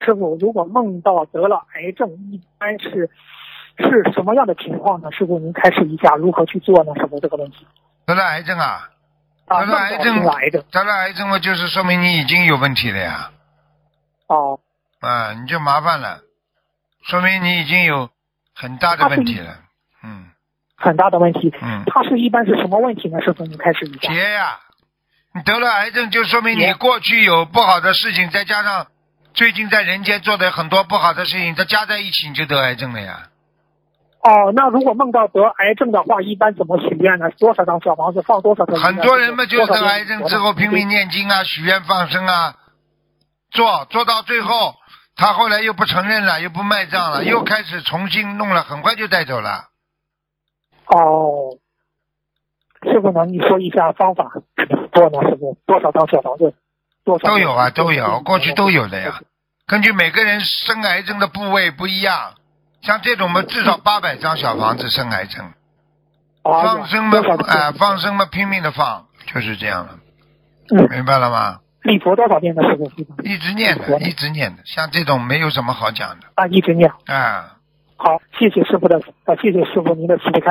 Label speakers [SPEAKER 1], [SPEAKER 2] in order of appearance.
[SPEAKER 1] 师傅，如果梦到得了癌症，一般是是什么样的情况呢？师傅，您开始一下如何去做呢？师傅这个问题
[SPEAKER 2] 得了癌症啊？
[SPEAKER 1] 啊，
[SPEAKER 2] 得了癌症
[SPEAKER 1] 梦到得了癌症
[SPEAKER 2] 得了癌症嘛，就是说明你已经有问题了呀。
[SPEAKER 1] 哦，
[SPEAKER 2] 啊，你就麻烦了，说明你已经有很大的问题了。嗯
[SPEAKER 1] 很大的问题。
[SPEAKER 2] 嗯，
[SPEAKER 1] 它是一般是什么问题呢？师傅，您开始一下。
[SPEAKER 2] 结呀、你得了癌症就说明你
[SPEAKER 1] 结
[SPEAKER 2] 过去有不好的事情，再加上最近在人间做的很多不好的事情，它加在一起你就得癌症了呀。
[SPEAKER 1] 哦，那如果梦到得癌症的话，一般怎么许愿呢？多少张小房子放多少个？
[SPEAKER 2] 很多人嘛，就
[SPEAKER 1] 多
[SPEAKER 2] 是
[SPEAKER 1] 少
[SPEAKER 2] 得
[SPEAKER 1] 张
[SPEAKER 2] 癌症之后拼命念经啊、许愿放生啊，做做到最后，他后来又不承认了，又不卖账了，又开始重新弄了，很快就带走了。
[SPEAKER 1] 哦，师傅呢？你说一下方法多呢？师傅多少张小房子？多少
[SPEAKER 2] 都有啊，都有，过去都有的呀。根据每个人生癌症的部位不一样，像这种嘛，至少八百张小房子生癌症，
[SPEAKER 1] 啊，
[SPEAKER 2] 放生嘛
[SPEAKER 1] 多少，
[SPEAKER 2] 哎、放生嘛，拼命的放，就是这样了。
[SPEAKER 1] 嗯
[SPEAKER 2] 明白了吗？
[SPEAKER 1] 礼佛多少遍呢？师傅师傅
[SPEAKER 2] 一直念的，一直念的，像这种没有什么好讲的，
[SPEAKER 1] 啊，一直念。
[SPEAKER 2] 啊、
[SPEAKER 1] 好，谢谢师傅的，啊，谢谢师傅您的慈悲开。